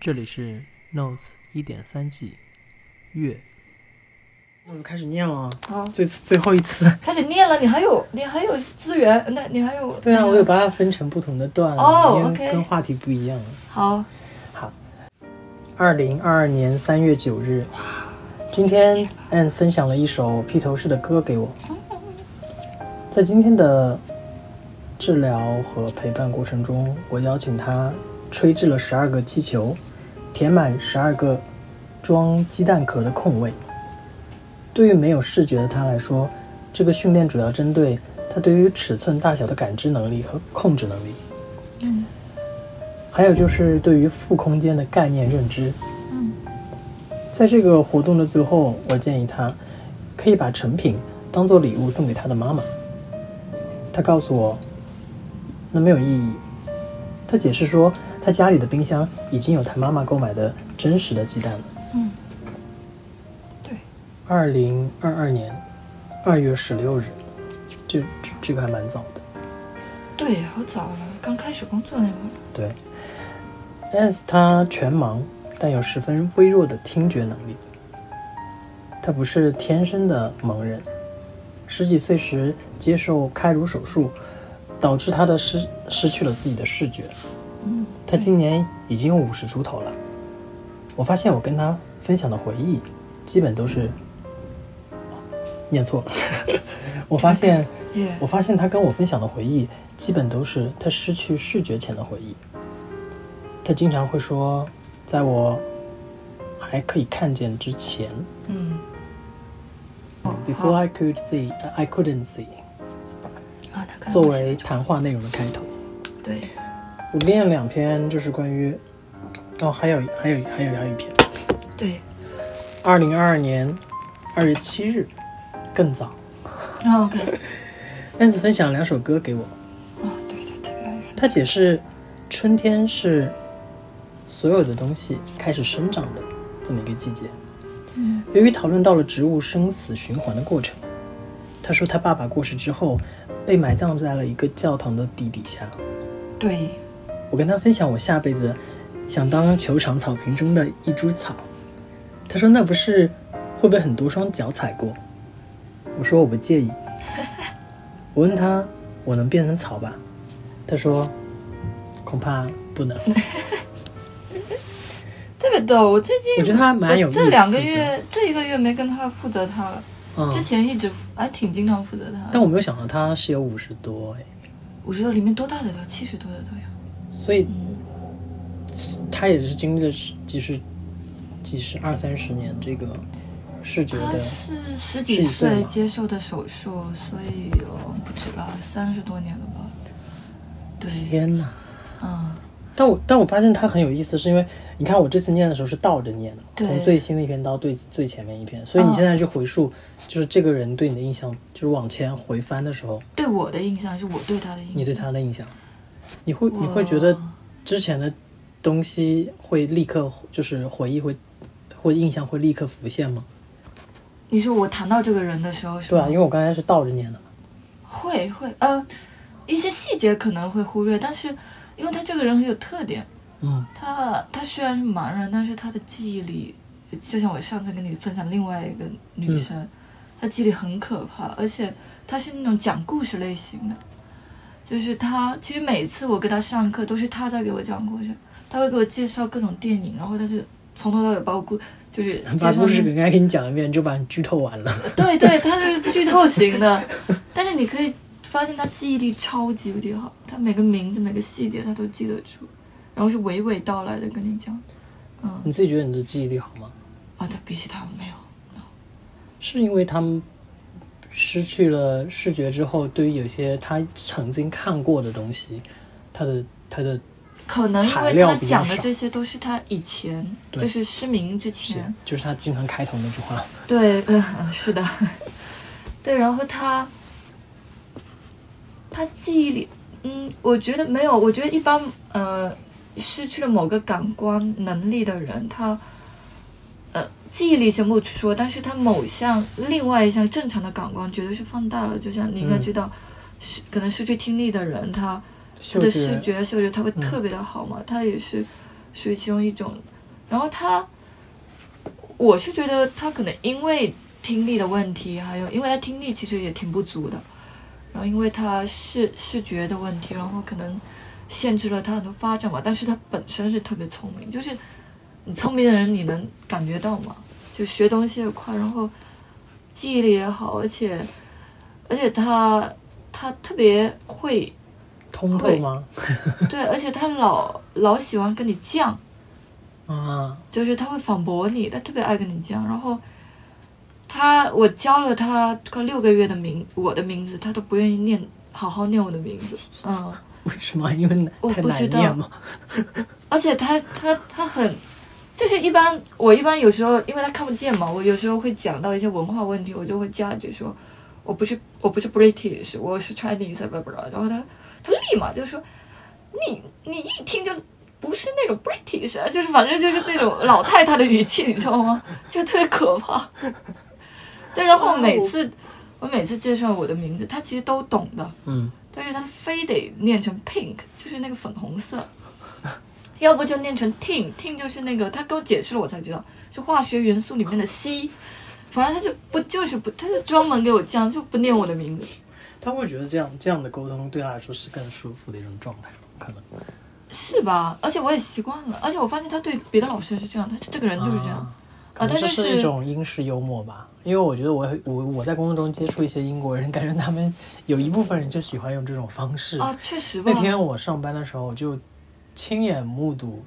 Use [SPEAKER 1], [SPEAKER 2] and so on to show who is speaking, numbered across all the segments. [SPEAKER 1] 这里是 Notes 一点三 G 月。
[SPEAKER 2] 那我们开始念了，
[SPEAKER 3] 啊，
[SPEAKER 2] 最最后一次。
[SPEAKER 3] 开始念了，你还有你还有资源，那你还有
[SPEAKER 2] 对啊，我有把它分成不同的段，啊
[SPEAKER 3] 哦
[SPEAKER 2] 因为
[SPEAKER 3] OK
[SPEAKER 2] 跟话题不一样。啊
[SPEAKER 3] 好，
[SPEAKER 2] 二零二二年三月九日，今天 Anne 分享了一首披头士的歌给我。在今天的治疗和陪伴过程中，我邀请他吹制了十二个气球，填满十二个装鸡蛋壳的空位。对于没有视觉的他来说，这个训练主要针对他对于尺寸大小的感知能力和控制能力。
[SPEAKER 3] 嗯
[SPEAKER 2] 还有就是对于负空间的概念认知。
[SPEAKER 3] 嗯，
[SPEAKER 2] 在这个活动的最后，我建议他可以把成品当做礼物送给他的妈妈。他告诉我，那没有意义。他解释说，他家里的冰箱已经有他妈妈购买的真实的鸡蛋了。
[SPEAKER 3] 嗯，对，
[SPEAKER 2] 二零二二年二月十六日，这这这个还蛮早的。
[SPEAKER 3] 对，好早了，刚开始工作那会儿，
[SPEAKER 2] 对 a n s 他全盲，但有十分微弱的听觉能力。他不是天生的盲人，十几岁时接受开颅手术，导致他的失失去了自己的视觉。
[SPEAKER 3] 嗯，
[SPEAKER 2] 他今年已经五十出头了。我发现我跟他分享的回忆，基本都是念错 了。我发现
[SPEAKER 3] 耶
[SPEAKER 2] 我，发现他跟我分享的回忆，基本都是他失去视觉前的回忆。他经常会说，在我还可以看见之前
[SPEAKER 3] 嗯，哦
[SPEAKER 2] ，before
[SPEAKER 3] 好
[SPEAKER 2] I could see, I couldn't see，
[SPEAKER 3] 啊，那可能
[SPEAKER 2] 作
[SPEAKER 3] 不
[SPEAKER 2] 为
[SPEAKER 3] 行
[SPEAKER 2] 谈话内容的开头。
[SPEAKER 3] 对，
[SPEAKER 2] 我念了两篇，就是关于，哦，还有还有还有还有一篇，
[SPEAKER 3] 对，
[SPEAKER 2] 二零二二年二月七日，更早。
[SPEAKER 3] 啊 OK，
[SPEAKER 2] 燕子分享两首歌给我，
[SPEAKER 3] 哦，对对对对，
[SPEAKER 2] 他解释，春天是所有的东西开始生长的这么一个季节。
[SPEAKER 3] 嗯
[SPEAKER 2] 由于讨论到了植物生死循环的过程，他说他爸爸过世之后，被埋葬在了一个教堂的地底下。
[SPEAKER 3] 对，
[SPEAKER 2] 我跟他分享我下辈子想当球场草坪中的一株草，他说那不是会被很多双脚踩过？我说我不介意。我问他我能变成草吧？他说恐怕不能。
[SPEAKER 3] 特别逗。我最近
[SPEAKER 2] 我觉得他蛮有
[SPEAKER 3] 我
[SPEAKER 2] 意思的
[SPEAKER 3] 这两个月这一个月没跟他负责他了，
[SPEAKER 2] 嗯，
[SPEAKER 3] 之前一直还挺经常负责他的。
[SPEAKER 2] 但我没有想到他是有五十多哎，
[SPEAKER 3] 我觉得里面多大的都有，七十多的都有。
[SPEAKER 2] 所以他也是经历了十几十、几十二三十年这个视觉
[SPEAKER 3] 他
[SPEAKER 2] 的，
[SPEAKER 3] 是十
[SPEAKER 2] 十
[SPEAKER 3] 几
[SPEAKER 2] 几岁
[SPEAKER 3] 岁
[SPEAKER 2] 嘛
[SPEAKER 3] 接受的手术，所以有不止了三十多年了吧？对，
[SPEAKER 2] 天哪！
[SPEAKER 3] 嗯，
[SPEAKER 2] 但我但我发现他很有意思，是因为你看我这次念的时候是倒着念的，
[SPEAKER 3] 对
[SPEAKER 2] 从最新的一篇到最最前面一篇，所以你
[SPEAKER 3] 嗯
[SPEAKER 2] 现在去回溯，就是这个人对你的印象，就是往前回翻的时候，
[SPEAKER 3] 对我的印象还是我对他的印象。
[SPEAKER 2] 你对他的印象，你会
[SPEAKER 3] 我
[SPEAKER 2] 你会觉得之前的东西会立刻就是回忆会会印象会立刻浮现吗？
[SPEAKER 3] 你说我谈到这个人的时候是
[SPEAKER 2] 对
[SPEAKER 3] 吧？
[SPEAKER 2] 啊，因为我刚才是倒着念的嘛。
[SPEAKER 3] 会会呃，一些细节可能会忽略，但是因为他这个人很有特点，
[SPEAKER 2] 嗯
[SPEAKER 3] 他他虽然是盲人，但是他的记忆力，就像我上次跟你分享另外一个
[SPEAKER 2] 嗯
[SPEAKER 3] 女生，她记忆力很可怕，而且她是那种讲故事类型的，就是她其实每次我给她上课都是她在给我讲故事，她会给我介绍各种电影，然后她就从头到尾把我故就是介
[SPEAKER 2] 把
[SPEAKER 3] 绍
[SPEAKER 2] 故事
[SPEAKER 3] 那
[SPEAKER 2] 给人家给你讲一遍，就把你剧透完了。
[SPEAKER 3] 对对，他是剧透型的，但是你可以发现他记忆力超级无敌好，他每个名字每个细节他都记得住，然后是娓娓道来的跟你讲。嗯，
[SPEAKER 2] 你自己觉得你的记忆力好吗？
[SPEAKER 3] 啊，对，比起他没有，
[SPEAKER 2] 是因为他们失去了视觉之后，对于有些他曾经看过的东西，他的他的
[SPEAKER 3] 可能因
[SPEAKER 2] 材
[SPEAKER 3] 为
[SPEAKER 2] 料
[SPEAKER 3] 他
[SPEAKER 2] 比较
[SPEAKER 3] 讲的
[SPEAKER 2] 少
[SPEAKER 3] 这些都是他以前
[SPEAKER 2] 对
[SPEAKER 3] 就是失明之
[SPEAKER 2] 是
[SPEAKER 3] 前，
[SPEAKER 2] 就是他经常开头那句话，
[SPEAKER 3] 对，嗯，是的， 对，然后他他记忆里，嗯，我觉得没有，我觉得一般，呃，失去了某个感官能力的人，他呃记忆力先不说，但是他某项另外一项正常的感官绝对是放大了，就像你应该
[SPEAKER 2] 嗯
[SPEAKER 3] 知道，是、可能失去听力的人，他他
[SPEAKER 2] 嗅
[SPEAKER 3] 的
[SPEAKER 2] 觉
[SPEAKER 3] 视觉、嗅觉，他会
[SPEAKER 2] 嗯
[SPEAKER 3] 特别的好嘛，他也是属于其中一种然后他，我是觉得他可能因为听力的问题，还有因为他听力其实也挺不足的，然后因为他视视觉的问题，然后可能限制了他很多发展吧。但是他本身是特别聪明，就是你聪明的人你能感觉到嘛，就学东西也快，然后记忆力也好，而且而且他他特别会。
[SPEAKER 2] 通透吗？
[SPEAKER 3] 对，而且他老老喜欢跟你犟，
[SPEAKER 2] 啊，
[SPEAKER 3] 就是他会反驳你，他特别爱跟你犟。然后他，我教了他快六个月的名，我的名字，他都不愿意念，好好念我的名字。嗯，
[SPEAKER 2] 为什么？因为难
[SPEAKER 3] 我
[SPEAKER 2] 太
[SPEAKER 3] 不知
[SPEAKER 2] 难
[SPEAKER 3] 道
[SPEAKER 2] 念吗？
[SPEAKER 3] 而且他他他很，就是一般我一般有时候因为他看不见嘛，我有时候会讲到一些文化问题，我就会加一句说，我不是我不是 British，我是 Chinese，blah blah blah。然后他他立马就说，你你一听就不是那种 British，啊就是反正就是那种老太太的语气，你知道吗？ 就特别可怕。对，然后每次我每次介绍我的名字，他其实都懂的。
[SPEAKER 2] 嗯，
[SPEAKER 3] 但是他非得念成 pink，就是那个粉红色，要不就念成 tin，tin 就是那个他给我解释了，我才知道是化学元素里面的硒。反正他就不就是不，他就专门给我这样，就不念我的名字。
[SPEAKER 2] 他会觉得这样这样的沟通对他来说是更舒服的一种状态吗，可能
[SPEAKER 3] 是吧？而且我也习惯了，而且我发现他对别的老师也是这样，他这个人就是这样
[SPEAKER 2] 啊
[SPEAKER 3] 啊
[SPEAKER 2] 可
[SPEAKER 3] 他
[SPEAKER 2] 能
[SPEAKER 3] 就
[SPEAKER 2] 这是一
[SPEAKER 3] 是
[SPEAKER 2] 种英式幽默吧。因为我觉得我我我在工作中接触一些英国人，感觉他们有一部分人就喜欢用这种方式。
[SPEAKER 3] 啊，确实吧
[SPEAKER 2] 那。天我上班的时候就亲眼目睹，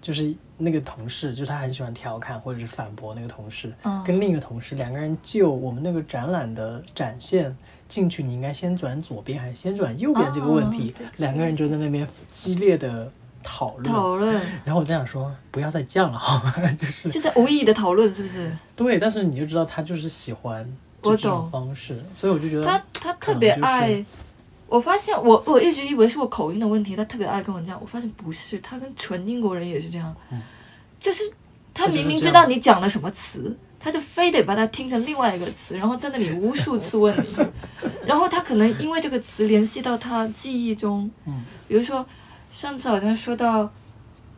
[SPEAKER 2] 就是那个同事，就是他很喜欢调侃或者是反驳那个同事，
[SPEAKER 3] 嗯
[SPEAKER 2] 跟另一个同事两个人就我们那个展览的展现进去，你应该先转左边还是先转右边这个问题，
[SPEAKER 3] 啊对
[SPEAKER 2] 两个人就在那边激烈的讨论。
[SPEAKER 3] 讨 论
[SPEAKER 2] 然后我就想说，不要再犟了， 好吗？就是
[SPEAKER 3] 就在无意义的讨论，是不是？
[SPEAKER 2] 对，但是你就知道他就是喜欢就
[SPEAKER 3] 我
[SPEAKER 2] 这种
[SPEAKER 3] 懂
[SPEAKER 2] 方式，所以我就觉得
[SPEAKER 3] 他他
[SPEAKER 2] 可
[SPEAKER 3] 特
[SPEAKER 2] 能
[SPEAKER 3] 别
[SPEAKER 2] 就是
[SPEAKER 3] 爱。我发现我我一直以为是我口音的问题，他特别爱跟我讲。我发现不是，他跟纯英国人也是这样，就是他
[SPEAKER 2] 嗯他就是
[SPEAKER 3] 明明
[SPEAKER 2] 这
[SPEAKER 3] 知
[SPEAKER 2] 样
[SPEAKER 3] 道你讲了什么词，他就非得把它听成另外一个词，然后在那里无数次问你。 然后他可能因为这个词联系到他记忆中，
[SPEAKER 2] 嗯
[SPEAKER 3] 比如说上次好像说到，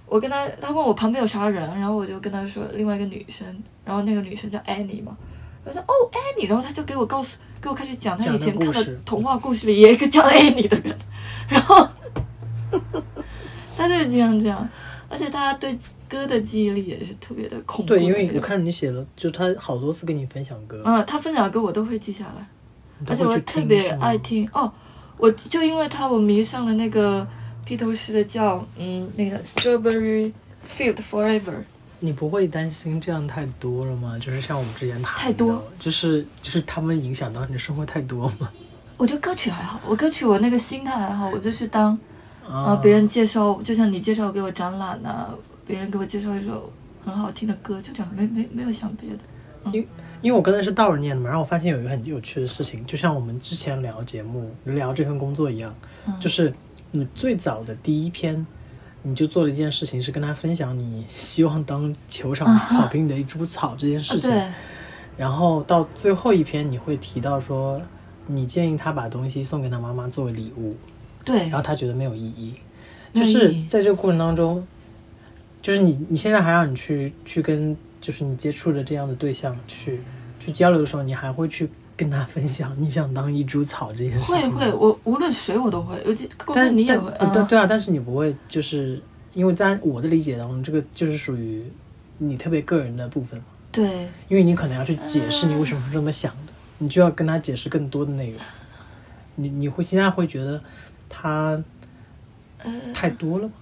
[SPEAKER 3] 我跟他他问我旁边有啥人，然后我就跟他说另外一个女生，然后那个女生叫 Annie 嘛，我说哦 Annie，然后他就给我告诉给我开始讲他
[SPEAKER 2] 讲
[SPEAKER 3] 以
[SPEAKER 2] 那
[SPEAKER 3] 前看
[SPEAKER 2] 故
[SPEAKER 3] 的
[SPEAKER 2] 事
[SPEAKER 3] 童话故事里也有一 个叫 Annie 的人，然后他就是这样这样，而且他对歌的记忆力也是特别的恐怖的
[SPEAKER 2] 对，
[SPEAKER 3] 那
[SPEAKER 2] 因
[SPEAKER 3] 种，
[SPEAKER 2] 为我看你写的，就他好多次跟你分享歌，
[SPEAKER 3] 嗯，他分享的歌我都会记下来。
[SPEAKER 2] 你都
[SPEAKER 3] 而且
[SPEAKER 2] 会
[SPEAKER 3] 我
[SPEAKER 2] 去
[SPEAKER 3] 特
[SPEAKER 2] 听
[SPEAKER 3] 别
[SPEAKER 2] 是吗
[SPEAKER 3] 爱听哦，我就因为他，我迷上了那个披头士的叫嗯那个 Strawberry Field Forever，
[SPEAKER 2] 你不会担心这样太多了吗？就是像我们之前谈
[SPEAKER 3] 太多
[SPEAKER 2] 到，就是就是他们影响到你的生活太多吗？
[SPEAKER 3] 我觉得歌曲还好，我歌曲我那个心态还好，我就是当 啊
[SPEAKER 2] 啊
[SPEAKER 3] 别人介绍，就像你介绍给我展览呐、别人给我介绍一首很好听的歌，就这样，没没没有想别的。
[SPEAKER 2] 啊因为我刚才是倒着念的嘛，然后我发现有一个很有趣的事情，就像我们之前聊节目、聊这份工作一样，
[SPEAKER 3] 嗯
[SPEAKER 2] 就是你最早的第一篇，你就做了一件事情，是跟他分享你希望当球场草坪里的一株草这件事情。
[SPEAKER 3] 啊对，
[SPEAKER 2] 然后到最后一篇，你会提到说，你建议他把东西送给他妈妈作为礼物，
[SPEAKER 3] 对
[SPEAKER 2] 然后，他觉得没有意义。
[SPEAKER 3] 没
[SPEAKER 2] 就
[SPEAKER 3] 有
[SPEAKER 2] 是
[SPEAKER 3] 意义
[SPEAKER 2] 在这个过程当中，就是你你现在还让你去去跟就是你接触的这样的对象去去交流的时候，你还会去跟他分享你想当一株草这件事
[SPEAKER 3] 会
[SPEAKER 2] 情吗。
[SPEAKER 3] 会，我无论谁我都会，尤其公司
[SPEAKER 2] 但
[SPEAKER 3] 你也
[SPEAKER 2] 但
[SPEAKER 3] 会，
[SPEAKER 2] 对
[SPEAKER 3] 嗯，
[SPEAKER 2] 对啊，但是你不会就是因为在我的理解当中，呃这个就是属于你特别个人的部分嘛，
[SPEAKER 3] 对，
[SPEAKER 2] 因为你可能要去解释你为什么是这么想的，你就要跟他解释更多的内容。你你会现在会觉得他
[SPEAKER 3] 呃。
[SPEAKER 2] 太多了吗？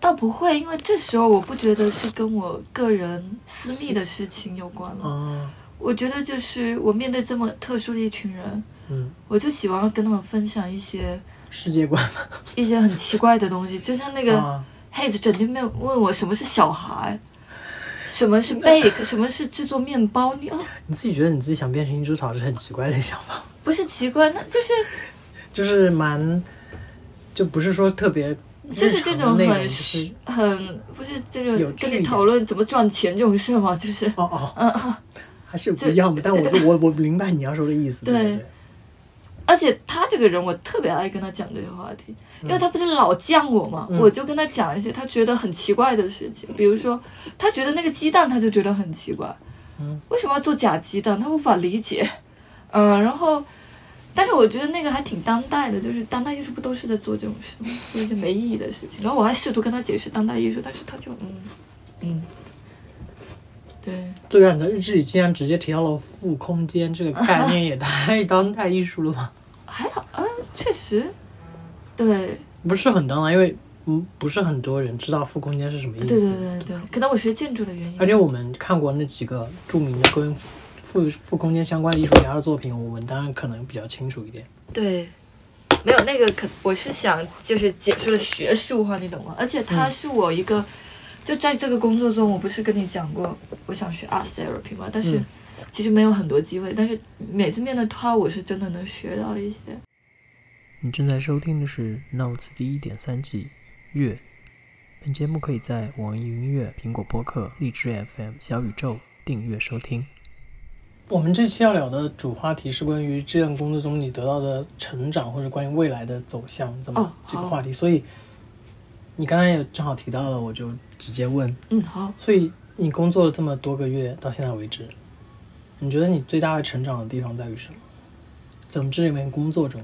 [SPEAKER 3] 倒不会，因为这时候我不觉得是跟我个人私密的事情有关了。
[SPEAKER 2] 啊，
[SPEAKER 3] 我觉得就是我面对这么特殊的一群人，
[SPEAKER 2] 嗯，
[SPEAKER 3] 我就喜欢跟他们分享一些
[SPEAKER 2] 世界观
[SPEAKER 3] 一些很奇怪的东西，就像那个
[SPEAKER 2] 啊。
[SPEAKER 3] 黑子整天没有问我什么是小孩，什么是 bake，什么是制作面包，你哦，
[SPEAKER 2] 你自己觉得你自己想变成一株草是很奇怪的想法，
[SPEAKER 3] 不是奇怪，那就是
[SPEAKER 2] 就是蛮，就不是说特别
[SPEAKER 3] 就是
[SPEAKER 2] 日常
[SPEAKER 3] 这
[SPEAKER 2] 的
[SPEAKER 3] 种
[SPEAKER 2] 内容
[SPEAKER 3] 很
[SPEAKER 2] 就是
[SPEAKER 3] 很不是这
[SPEAKER 2] 有
[SPEAKER 3] 种
[SPEAKER 2] 趣
[SPEAKER 3] 跟
[SPEAKER 2] 一
[SPEAKER 3] 你
[SPEAKER 2] 点
[SPEAKER 3] 讨论怎么赚钱这种事嘛，就是
[SPEAKER 2] 哦
[SPEAKER 3] 嗯
[SPEAKER 2] 哦，还是不一样的。但我我我明白你要说的意思，对
[SPEAKER 3] 对
[SPEAKER 2] 对对，
[SPEAKER 3] 而且他这个人，我特别爱跟他讲这些话题，因为他不是老犟我嘛，
[SPEAKER 2] 嗯
[SPEAKER 3] 我就跟他讲一些他觉得很奇怪的事情，比如说他觉得那个鸡蛋，他就觉得很奇怪，
[SPEAKER 2] 嗯，
[SPEAKER 3] 为什么要做假鸡蛋？他无法理解，嗯，然后，但是我觉得那个还挺当代的，就是当代艺术不都是在做这种事吗，做一些没意义的事情。然后我还试图跟他解释当代艺术，但是他就嗯嗯，对。
[SPEAKER 2] 对啊，你的日志里竟然直接提到了负空间这个概念，也太当代艺术了吧？
[SPEAKER 3] 还好，嗯，确实，对，
[SPEAKER 2] 不是很当代，因为嗯，不是很多人知道负空间是什么意
[SPEAKER 3] 对
[SPEAKER 2] 思。
[SPEAKER 3] 对对对对，可能我学建筑的原因
[SPEAKER 2] 而，且我们看过那几个著名的跟负负空间相关的艺术家的作品，我们当然可能比较清楚一点。
[SPEAKER 3] 对，没有那个可，我是想就是解释了学术化，你懂吗？而且
[SPEAKER 2] 嗯
[SPEAKER 3] 它是我一个，就在这个工作中，我不是跟你讲过，我想学 art therapy 嘛，但是
[SPEAKER 2] 嗯
[SPEAKER 3] 其实没有很多机会，但是每次面对它，我是真的能学到一些。
[SPEAKER 1] 你正在收听的是《Notes》第一点三季《月》。本节目可以在网易云音乐、苹果播客、荔枝 FM、小宇宙订阅收听。
[SPEAKER 2] 我们这期要聊的主话题是关于志愿工作中你得到的成长，或者关于未来的走向，怎
[SPEAKER 3] 哦
[SPEAKER 2] 么这个
[SPEAKER 3] 好
[SPEAKER 2] 话题。所以你刚才也正好提到了，我就直接问。
[SPEAKER 3] 嗯，好，
[SPEAKER 2] 所以你工作了这么多个月，到现在为止，你觉得你最大的成长的地方在于什么？怎么这里面工作中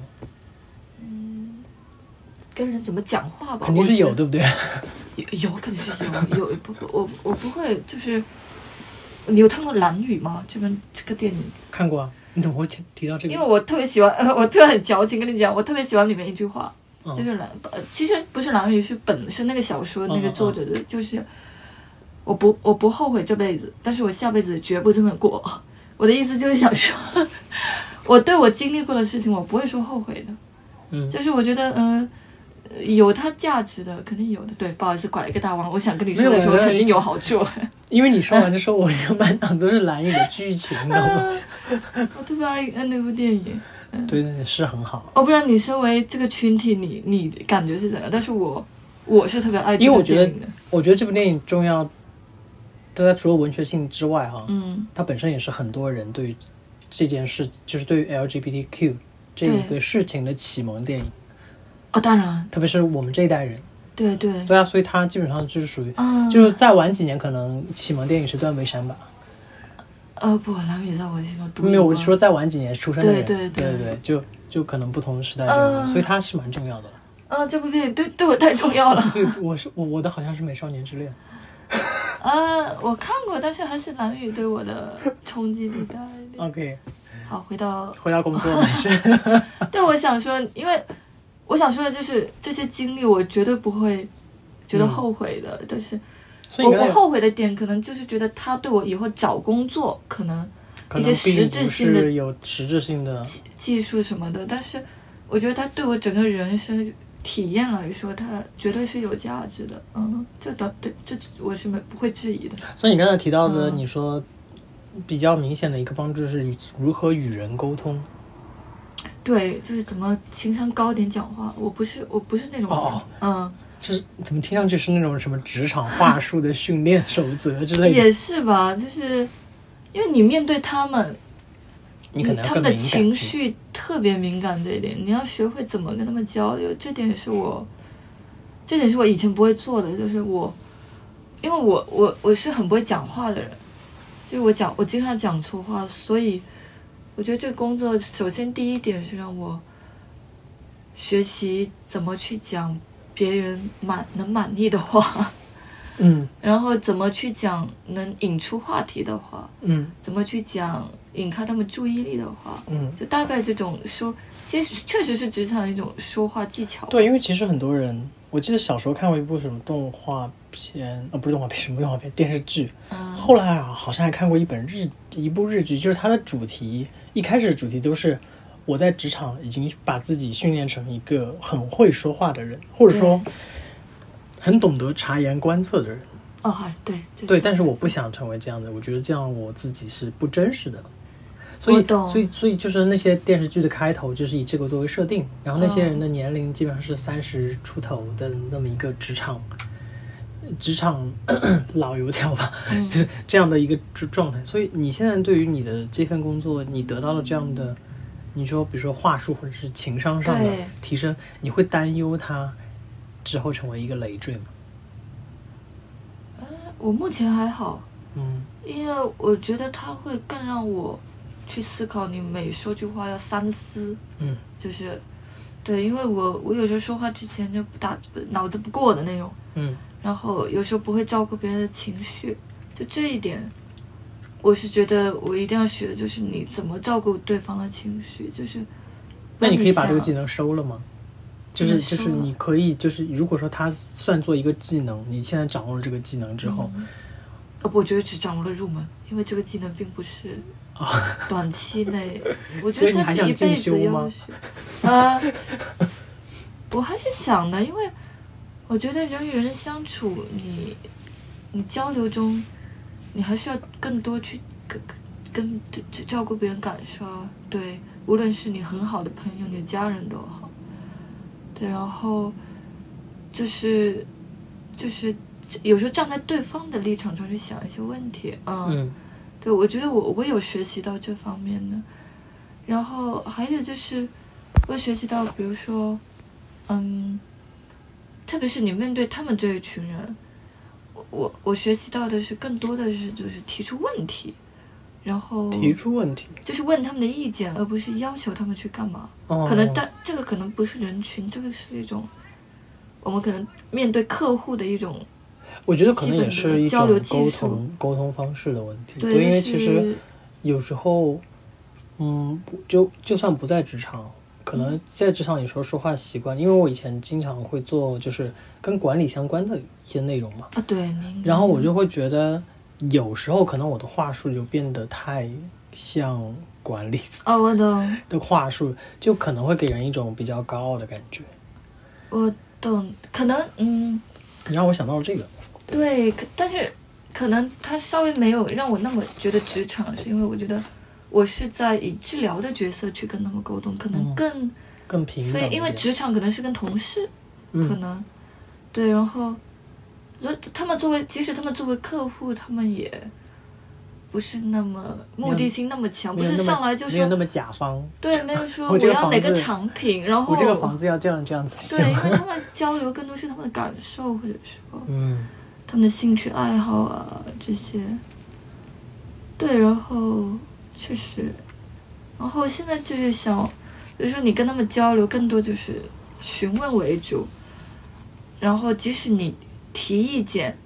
[SPEAKER 3] 跟人怎么讲话吧，
[SPEAKER 2] 肯定
[SPEAKER 3] 我
[SPEAKER 2] 是
[SPEAKER 3] 觉得
[SPEAKER 2] 有，对不 对？
[SPEAKER 3] 有有肯定是有有不我我不会就是，你有看过《蓝雨》吗？这本这个电影，
[SPEAKER 2] 看过啊？你怎么会提提到这个？
[SPEAKER 3] 因为我特别喜欢， 我特别很矫情，跟你讲，我特别喜欢里面一句话，
[SPEAKER 2] 嗯
[SPEAKER 3] 就是蓝，呃，其实不是蓝雨，是本身那个小说
[SPEAKER 2] 嗯
[SPEAKER 3] 那个作者的，就是我不我不后悔这辈子，但是我下辈子绝不这么过。 我的意思就是想说， 我对我经历过的事情，我不会说后悔的。
[SPEAKER 2] 嗯
[SPEAKER 3] 就是我觉得，嗯、呃有它价值的，肯定有的。对，不好意思，拐了一个大弯。我想跟你说
[SPEAKER 2] 没有
[SPEAKER 3] 的时候，
[SPEAKER 2] 没有
[SPEAKER 3] 肯定有 好处。
[SPEAKER 2] 因为你说完就说，我就满脑子都是蓝雨的剧情，你知道 吗？
[SPEAKER 3] 我特别爱爱那部电影。
[SPEAKER 2] 对对对，是很好。
[SPEAKER 3] 哦我不知道你身为这个群体，你你感觉是怎样？但是我我是特别爱这
[SPEAKER 2] 因为
[SPEAKER 3] 部
[SPEAKER 2] 我觉得
[SPEAKER 3] 电影的，
[SPEAKER 2] 我觉得这部电影重要，它除了文学性之外，哈，
[SPEAKER 3] 嗯，
[SPEAKER 2] 它本身也是很多人对于这件事，就是对于 LGBTQ 这一个事情的启蒙电影，
[SPEAKER 3] 哦，当然，
[SPEAKER 2] 特别是我们这一代人。
[SPEAKER 3] 对对，
[SPEAKER 2] 对啊，所以它基本上就是属于，
[SPEAKER 3] 嗯，
[SPEAKER 2] 就是再晚几年，可能启蒙电影是断背山吧。
[SPEAKER 3] 呃，不，蓝宇在我心中独一
[SPEAKER 2] 没有，
[SPEAKER 3] 无
[SPEAKER 2] 我
[SPEAKER 3] 二
[SPEAKER 2] 是说，再晚几年出生的人，
[SPEAKER 3] 对对
[SPEAKER 2] 对
[SPEAKER 3] 对
[SPEAKER 2] 对，就就可能不同时代的人，
[SPEAKER 3] 嗯
[SPEAKER 2] 所以它是蛮重要的。
[SPEAKER 3] 啊，这部电影对对我太重要了
[SPEAKER 2] 对，我是我我的好像是《美少年之恋》。
[SPEAKER 3] 啊，我看过，但是还是蓝宇对我的冲击力大一点。
[SPEAKER 2] OK，
[SPEAKER 3] 好，回到
[SPEAKER 2] 回到工作没事。
[SPEAKER 3] 对，我想说，因为我想说的就是这些经历，我绝对不会觉得
[SPEAKER 2] 嗯
[SPEAKER 3] 后悔的，但是。
[SPEAKER 2] 所以
[SPEAKER 3] 我
[SPEAKER 2] 你刚
[SPEAKER 3] 我
[SPEAKER 2] 才
[SPEAKER 3] 后悔的点，可能就是觉得他对我以后找工作可能
[SPEAKER 2] 可
[SPEAKER 3] 一
[SPEAKER 2] 能
[SPEAKER 3] 些
[SPEAKER 2] 并
[SPEAKER 3] 实
[SPEAKER 2] 不
[SPEAKER 3] 质性的
[SPEAKER 2] 是有实质性的，
[SPEAKER 3] 技术什么的，但是我觉得他对我整个人生体验来说，他绝对是有价值的。嗯，这的对这我是没不会质疑的。
[SPEAKER 2] 所以你刚才提到的，
[SPEAKER 3] 嗯
[SPEAKER 2] 你说比较明显的一个帮助是与如何与人沟通。
[SPEAKER 3] 对，就是怎么情商高点讲话，我不是我不是那种、
[SPEAKER 2] 哦
[SPEAKER 3] 嗯。
[SPEAKER 2] 就是怎么听上去是那种什么职场话术的训练守则之类的，
[SPEAKER 3] 也是吧，就是因为你面对他们，
[SPEAKER 2] 你可能要
[SPEAKER 3] 他
[SPEAKER 2] 更
[SPEAKER 3] 们的
[SPEAKER 2] 敏感
[SPEAKER 3] 情
[SPEAKER 2] 一些。
[SPEAKER 3] 绪特别敏感这一点，你要学会怎么跟他们交流，这点是我，这点是我以前不会做的，就是我，因为我我我是很不会讲话的人，就是我讲我经常讲错话，所以我觉得这个工作首先第一点是让我学习怎么去讲别人满能满意的话，
[SPEAKER 2] 嗯
[SPEAKER 3] 然后怎么去讲能引出话题的话，
[SPEAKER 2] 嗯
[SPEAKER 3] 怎么去讲引开他们注意力的话，
[SPEAKER 2] 嗯，
[SPEAKER 3] 就大概这种说，其实确实是职场一种说话技巧。
[SPEAKER 2] 对，因为其实很多人，我记得小时候看过一部什么动画片，呃，不是动画片，什么动画片，电视剧。
[SPEAKER 3] 嗯，
[SPEAKER 2] 后来啊，好像还看过一本日一部日剧，就是它的主题一开始主题都是我在职场已经把自己训练成一个很会说话的人，或者说很懂得察言观色的人。
[SPEAKER 3] 哦，好，对对
[SPEAKER 2] 对，但是我不想成为这样的，我觉得这样我自己是不真实的。所
[SPEAKER 3] 我
[SPEAKER 2] 以，
[SPEAKER 3] 懂
[SPEAKER 2] 所以，所以就是那些电视剧的开头就是以这个作为设定，然后那些
[SPEAKER 3] 嗯
[SPEAKER 2] 人的年龄基本上是三十出头的那么一个职场，职场 老油条吧，
[SPEAKER 3] 嗯
[SPEAKER 2] 是这样的一个状状态。所以你现在对于你的这份工作，你得到了这样的你说比如说话术或者是情商上的
[SPEAKER 3] 对
[SPEAKER 2] 提升，你会担忧他之后成为一个累赘吗？
[SPEAKER 3] 我目前还好，
[SPEAKER 2] 嗯
[SPEAKER 3] 因为我觉得它会更让我去思考，你每说句话要三思，
[SPEAKER 2] 嗯
[SPEAKER 3] 就是对，因为我我有时候说话之前就不打不脑子不过的那种，
[SPEAKER 2] 嗯
[SPEAKER 3] 然后有时候不会照顾别人的情绪，就这一点，我是觉得我一定要学，就是你怎么照顾对方的情绪，就是啊
[SPEAKER 2] 那你可以把这个
[SPEAKER 3] 想
[SPEAKER 2] 技能收了吗？就
[SPEAKER 3] 技
[SPEAKER 2] 是
[SPEAKER 3] 能
[SPEAKER 2] 就是
[SPEAKER 3] 收了
[SPEAKER 2] 你可以就是如果说它算作一个技能，你现在掌握了这个技能之后，
[SPEAKER 3] 呃，我觉得只掌握了入门，因为这个技能并不是
[SPEAKER 2] 啊，
[SPEAKER 3] 短期 内，我
[SPEAKER 2] 所以
[SPEAKER 3] 觉
[SPEAKER 2] 你
[SPEAKER 3] 得
[SPEAKER 2] 还
[SPEAKER 3] 它
[SPEAKER 2] 想
[SPEAKER 3] 是一
[SPEAKER 2] 进
[SPEAKER 3] 辈
[SPEAKER 2] 修
[SPEAKER 3] 子
[SPEAKER 2] 吗
[SPEAKER 3] 要学。呃，我还是想的，因为我觉得人与人相处，你你交流中，你还需要更多去跟跟跟照顾别人感受啊，对，无论是你很好的朋友，你的家人都好，对，然后就是就是有时候站在对方的立场上去想一些问题，
[SPEAKER 2] 嗯
[SPEAKER 3] 对，我觉得我我有学习到这方面的，然后还有就是，我学习到，比如说，嗯，特别是你面对他们这一群人，我我我学习到的是更多的是就是提出问题，然后
[SPEAKER 2] 提出问题，
[SPEAKER 3] 就是问他们的意见，而不是要求他们去干嘛。
[SPEAKER 2] 哦
[SPEAKER 3] 可能但这个可能不是人群，这个是一种我们可能面对客户的一种
[SPEAKER 2] 我觉得可能也
[SPEAKER 3] 基本
[SPEAKER 2] 是
[SPEAKER 3] 的
[SPEAKER 2] 一种
[SPEAKER 3] 交流技
[SPEAKER 2] 沟
[SPEAKER 3] 术
[SPEAKER 2] 通沟通方式的问题，
[SPEAKER 3] 对，
[SPEAKER 2] 因为
[SPEAKER 3] 就
[SPEAKER 2] 其
[SPEAKER 3] 是
[SPEAKER 2] 实有时候，嗯，不就就算不在职场，可能
[SPEAKER 3] 嗯
[SPEAKER 2] 在职场有时候说话习惯，因为我以前经常会做就是跟管理相关的一些内容嘛，
[SPEAKER 3] 啊，对，你应该
[SPEAKER 2] 然后我就会觉得有时候可能我的话术就变得太像管理
[SPEAKER 3] 哦，我懂。
[SPEAKER 2] 的话术，就可能会给人一种比较高傲的感觉。
[SPEAKER 3] 我懂，可能嗯，
[SPEAKER 2] 你让我想到了这个，
[SPEAKER 3] 对，可但是可能他稍微没有让我那么觉得职场，是因为我觉得我是在以治疗的角色去跟他们沟通，可
[SPEAKER 2] 嗯
[SPEAKER 3] 能更、
[SPEAKER 2] 更平等
[SPEAKER 3] 所
[SPEAKER 2] 一点。
[SPEAKER 3] 以因为职场可能是跟同事，可
[SPEAKER 2] 嗯
[SPEAKER 3] 能、对，然后，然后他们作为即使他们作为客户，他们也不是那么目的性那么强，不
[SPEAKER 2] 没有
[SPEAKER 3] 是
[SPEAKER 2] 那么
[SPEAKER 3] 上来就
[SPEAKER 2] 没有
[SPEAKER 3] 说哦
[SPEAKER 2] 那么甲方，
[SPEAKER 3] 对，没有说
[SPEAKER 2] 我
[SPEAKER 3] 我
[SPEAKER 2] 这个
[SPEAKER 3] 要
[SPEAKER 2] 房
[SPEAKER 3] 哪个
[SPEAKER 2] 子
[SPEAKER 3] 产品，然后
[SPEAKER 2] 我这个房子要这样这样子
[SPEAKER 3] 对，因
[SPEAKER 2] 想。
[SPEAKER 3] 为他们交流更多是他们的感受，或者说。
[SPEAKER 2] 嗯
[SPEAKER 3] 他们的兴趣爱好啊这些。对，然后确实，然后现在就是想，就是说你跟他们交流更多就是询问为主，然后即使你提意见，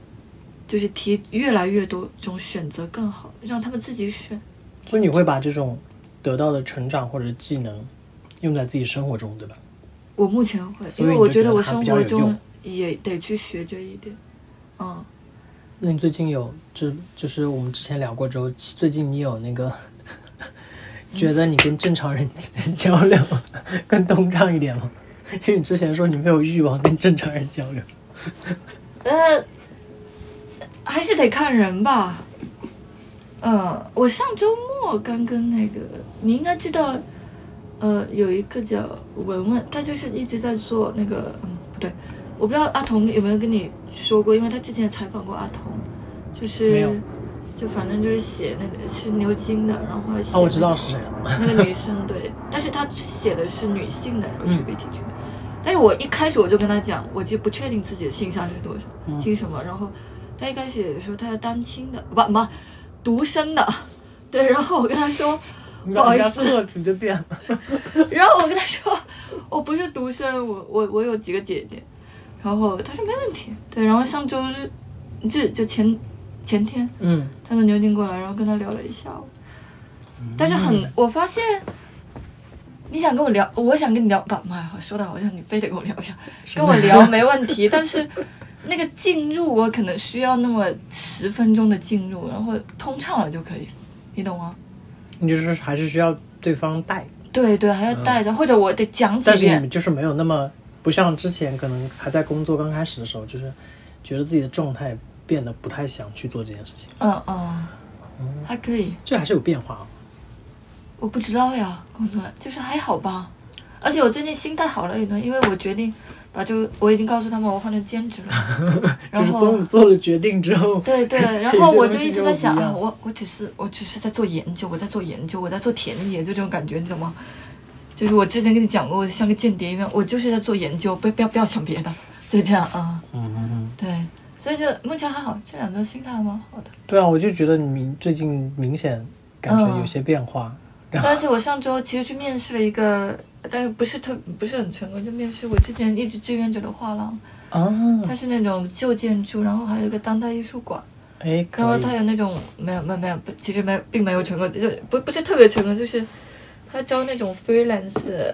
[SPEAKER 3] 就是提越来越多种选择更好，让他们自己选。
[SPEAKER 2] 所以你会把这种得到的成长或者技能用在自己生活中，对吧？
[SPEAKER 3] 我目前会，
[SPEAKER 2] 所
[SPEAKER 3] 因
[SPEAKER 2] 以
[SPEAKER 3] 为
[SPEAKER 2] 你
[SPEAKER 3] 我
[SPEAKER 2] 就
[SPEAKER 3] 觉
[SPEAKER 2] 觉
[SPEAKER 3] 得
[SPEAKER 2] 得
[SPEAKER 3] 我
[SPEAKER 2] 它
[SPEAKER 3] 生
[SPEAKER 2] 比较
[SPEAKER 3] 活
[SPEAKER 2] 有
[SPEAKER 3] 中
[SPEAKER 2] 用
[SPEAKER 3] 也得去学这一点，嗯。
[SPEAKER 2] 那你最近有就就是我们之前聊过之后，最近你有那个 觉得你跟正常人 交流更通畅一点吗？因为你之前说你没有欲望跟正常人交流，
[SPEAKER 3] 呃，还是得看人吧。呃，我上周末刚跟那个，你应该知道，呃，有一个叫文文，他就是一直在做那个，嗯，不对，我不知道阿童有没有跟你说过，因为他之前采访过阿童，就
[SPEAKER 2] 没
[SPEAKER 3] 是
[SPEAKER 2] 有，
[SPEAKER 3] 就反正就是写那个是牛津的，然后还写
[SPEAKER 2] 啊，我知
[SPEAKER 3] 那
[SPEAKER 2] 道
[SPEAKER 3] 个
[SPEAKER 2] 是谁了。
[SPEAKER 3] 那个女生对，但是她写的是女性的 LGBT 群，但是我一开始我就跟她讲，我就不确定自己的性向是多少，
[SPEAKER 2] 嗯
[SPEAKER 3] 姓什么，然后她一开始也说她要单亲的，不不，独生的，对，然后我跟她说，不好意思
[SPEAKER 2] 你把人家克制就变了。
[SPEAKER 3] 然后我跟她说我不是独生，我我我有几个姐姐，然后她说没问题，对，然后上周日日就前前天
[SPEAKER 2] 嗯，
[SPEAKER 3] 他从牛津过来，然后跟他聊了一下午，但是很，我发现，你想跟我聊，我想跟你聊，把妈呀，说的好像你非得跟我聊一下，跟我聊没问题， 但是那个进入我可能需要那么十分钟的进入，然后通畅了就可以，你懂吗？
[SPEAKER 2] 你就是还是需要对方带，
[SPEAKER 3] 对对，还要带着，或者我得讲几
[SPEAKER 2] 嗯但是你
[SPEAKER 3] 遍
[SPEAKER 2] 们，就是没有那么不像之前可能还在工作刚开始的时候，就是觉得自己的状态变得不太想去做这件事情，
[SPEAKER 3] 嗯嗯，还可以，
[SPEAKER 2] 这还是有变化啊。
[SPEAKER 3] 我不知道呀，工作就是还好吧。而且我最近心态好了一点，因为我决定把这个，我已经告诉他们我换成兼职了。 然
[SPEAKER 2] 就是
[SPEAKER 3] 后
[SPEAKER 2] 做做了决定之后，
[SPEAKER 3] 对对，然后我就一直在想
[SPEAKER 2] 这个东西就不一样
[SPEAKER 3] 啊，我我只是我只是在做研究，我在做研究，我在做田野，就这种感觉，你懂吗？就是我之前跟你讲过，我像个间谍一样，我就是在做研究，不不要不要想别的，就这样啊。
[SPEAKER 2] 嗯嗯嗯，
[SPEAKER 3] 对，所以就目前还好，这两个心态还蛮好的。
[SPEAKER 2] 对啊，我就觉得你明最近明显感觉
[SPEAKER 3] 嗯
[SPEAKER 2] 有些变化。
[SPEAKER 3] 而且我上周其实去面试了一个，但是不是特不是很成功，就面试我之前一直志愿者的画廊，
[SPEAKER 2] 啊，
[SPEAKER 3] 它是那种旧建筑，然后还有一个当代艺术馆，
[SPEAKER 2] 哎，
[SPEAKER 3] 然后
[SPEAKER 2] 可以
[SPEAKER 3] 它，有那种没有没有没有，不其实没并没有成功，就不不是特别成功，就是它招那种 freelance 的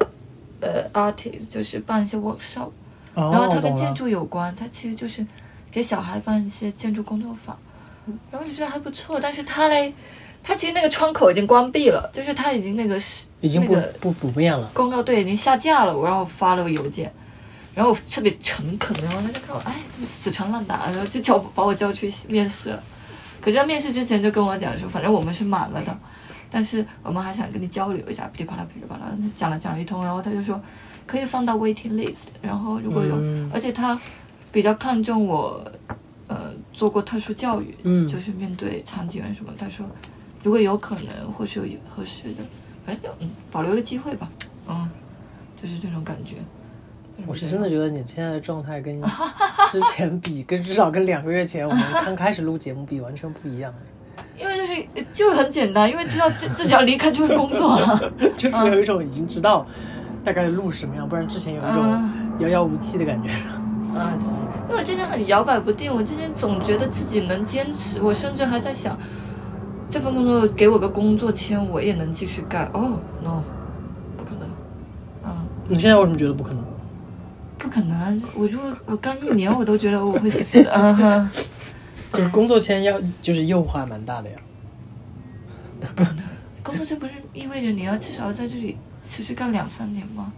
[SPEAKER 3] 呃 artist，就是办一些 workshop，
[SPEAKER 2] 然
[SPEAKER 3] 然后它跟建筑有关，它其实就是给小孩办一些建筑工作坊，然后就觉得还不错，但是它嘞，它其实那个窗口已经关闭了，就是它已经那个是
[SPEAKER 2] 已经不
[SPEAKER 3] 那个
[SPEAKER 2] 不不变了。
[SPEAKER 3] 公告队已经下架了，我让我发了个邮件，然后我特别诚恳，然后他就看我，哎，怎么死缠烂打，然后就叫我把我叫去面试了。可是他面试之前就跟我讲说，反正我们是满了的，但是我们还想跟你交流一下，噼里啪啦噼里啪啦讲了讲了一通，然后他就说可以放到 waiting list，然后如果有，呃
[SPEAKER 2] 嗯
[SPEAKER 3] 而且他比较看重我，呃，做过特殊教育，
[SPEAKER 2] 嗯
[SPEAKER 3] 就是面对残疾人什么，他说如果有可能或是有合适的，反正就嗯保留一个机会吧，嗯，就是这种感觉。
[SPEAKER 2] 我是真的觉得你现在的状态 跟之前比，跟至少跟两个月前我们刚开始录节目比，完全不一 样。
[SPEAKER 3] 因为就是就很简单，因为知道自自己要离开这份工作了，
[SPEAKER 2] 就是
[SPEAKER 3] 嗯
[SPEAKER 2] 有一种已经知道大概录什么样，不然之前有一种
[SPEAKER 3] 嗯
[SPEAKER 2] 遥遥无期的感觉。
[SPEAKER 3] 啊，因为我之前很摇摆不定，我之前总觉得自己能坚持，我甚至还在想，这份工作给我个工作签，我也能继续干。哦，no，不可能，嗯。
[SPEAKER 2] 你现在为什么觉得不可能？
[SPEAKER 3] 不可能！啊我如果我干一年，我都觉得我会死。嗯哼，
[SPEAKER 2] 可是工作签要就是诱惑还蛮大的呀。
[SPEAKER 3] 工作这不是意味着你要至少要在这里持续干两三年吗？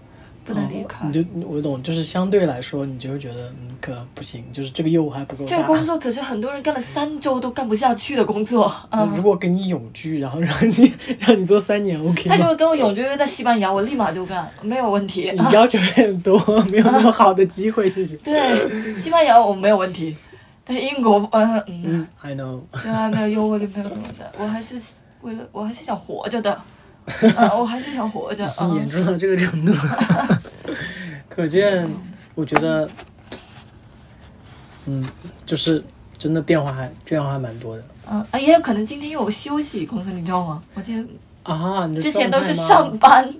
[SPEAKER 3] 不能离开。
[SPEAKER 2] 嗯你就我懂，就是相对来说，你就会觉得嗯可不行，就是这个诱惑还不够大。
[SPEAKER 3] 这个工作可是很多人干了三周都干不下去的工作。
[SPEAKER 2] 嗯，如
[SPEAKER 3] 嗯，
[SPEAKER 2] 果给你永居，然后让你让你做三年，OK
[SPEAKER 3] 他如
[SPEAKER 2] 吗？
[SPEAKER 3] 果跟我永居在西班牙，我立马就干，没有问题。
[SPEAKER 2] 你
[SPEAKER 3] 啊
[SPEAKER 2] 要求很多，没有那么好的机会，谢谢。
[SPEAKER 3] 对，西班牙我没有问题，但是英国，嗯嗯
[SPEAKER 2] 嗯，，I know。
[SPEAKER 3] 这还没有优惠就没有什么的。我还是为了，我还是想活着 的。啊，我还是想活着。
[SPEAKER 2] 已
[SPEAKER 3] 嗯
[SPEAKER 2] 经严重到这个程度 了，可见，我觉得，嗯，就是真的变化还变化还蛮多的
[SPEAKER 3] 嗯，啊，也有可能今天因为我休息，公司你知道吗？我今天
[SPEAKER 2] 啊。你的
[SPEAKER 3] 之前都是
[SPEAKER 2] 状态吗
[SPEAKER 3] 上班，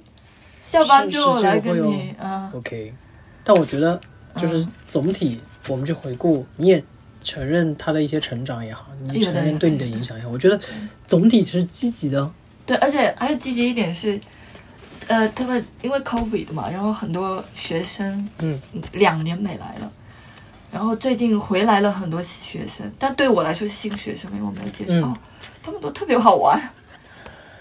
[SPEAKER 3] 下班之后
[SPEAKER 2] 是是
[SPEAKER 3] 来
[SPEAKER 2] 这个
[SPEAKER 3] 跟
[SPEAKER 2] 会有
[SPEAKER 3] 你，啊，
[SPEAKER 2] OK，但我觉得就是
[SPEAKER 3] 嗯
[SPEAKER 2] 总体，我们去回顾，你也承认他的一些成长也好，你
[SPEAKER 3] 哎有的
[SPEAKER 2] 承认对你的影响也好，我觉得总体是积极的。
[SPEAKER 3] 对，而且还有积极一点是，呃，他们因为 COVID 嘛，然后很多学生
[SPEAKER 2] 嗯，
[SPEAKER 3] 两年没来了，然后最近回来了很多学生，但对我来说是新学生，因为我没有接触、
[SPEAKER 2] 嗯
[SPEAKER 3] 哦，他们都特别好玩，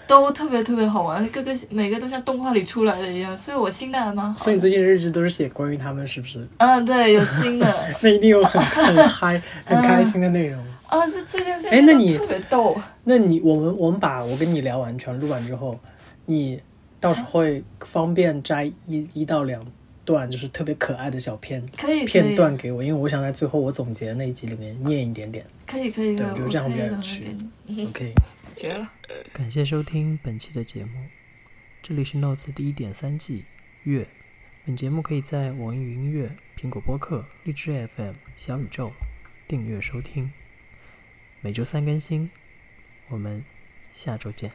[SPEAKER 3] 都特别特别好玩，各个每个都像动画里出来的一样，所以我心态还蛮好
[SPEAKER 2] 所以你
[SPEAKER 3] 的。
[SPEAKER 2] 最近的日志都是写关于他们，是不是？
[SPEAKER 3] 嗯，对，有新的。
[SPEAKER 2] 那一定有很很嗨、很开心的内 容。
[SPEAKER 3] 啊，这最近
[SPEAKER 2] 哎那你
[SPEAKER 3] 特别逗，
[SPEAKER 2] 那你我们我们把我跟你聊完全录完之后，你到时候会方便摘一一到两段，就是特别可爱的小片
[SPEAKER 3] 可以
[SPEAKER 2] 片段，给我，因为我想在最后我总结那一集里面念一点点。
[SPEAKER 3] 可以可以可
[SPEAKER 2] 对
[SPEAKER 3] 以，
[SPEAKER 2] 我觉
[SPEAKER 3] 我
[SPEAKER 2] 得这样
[SPEAKER 3] 可以
[SPEAKER 2] 比较有
[SPEAKER 3] 的我
[SPEAKER 2] 趣
[SPEAKER 3] 给你嗯
[SPEAKER 2] OK，
[SPEAKER 3] 绝了，
[SPEAKER 1] 感谢收听本期的节目，这里是 Notes 第一点三季月。本节目可以在网易云音乐、苹果播客、荔枝 FM、小宇宙订阅收听，每周三更新。我们下周见。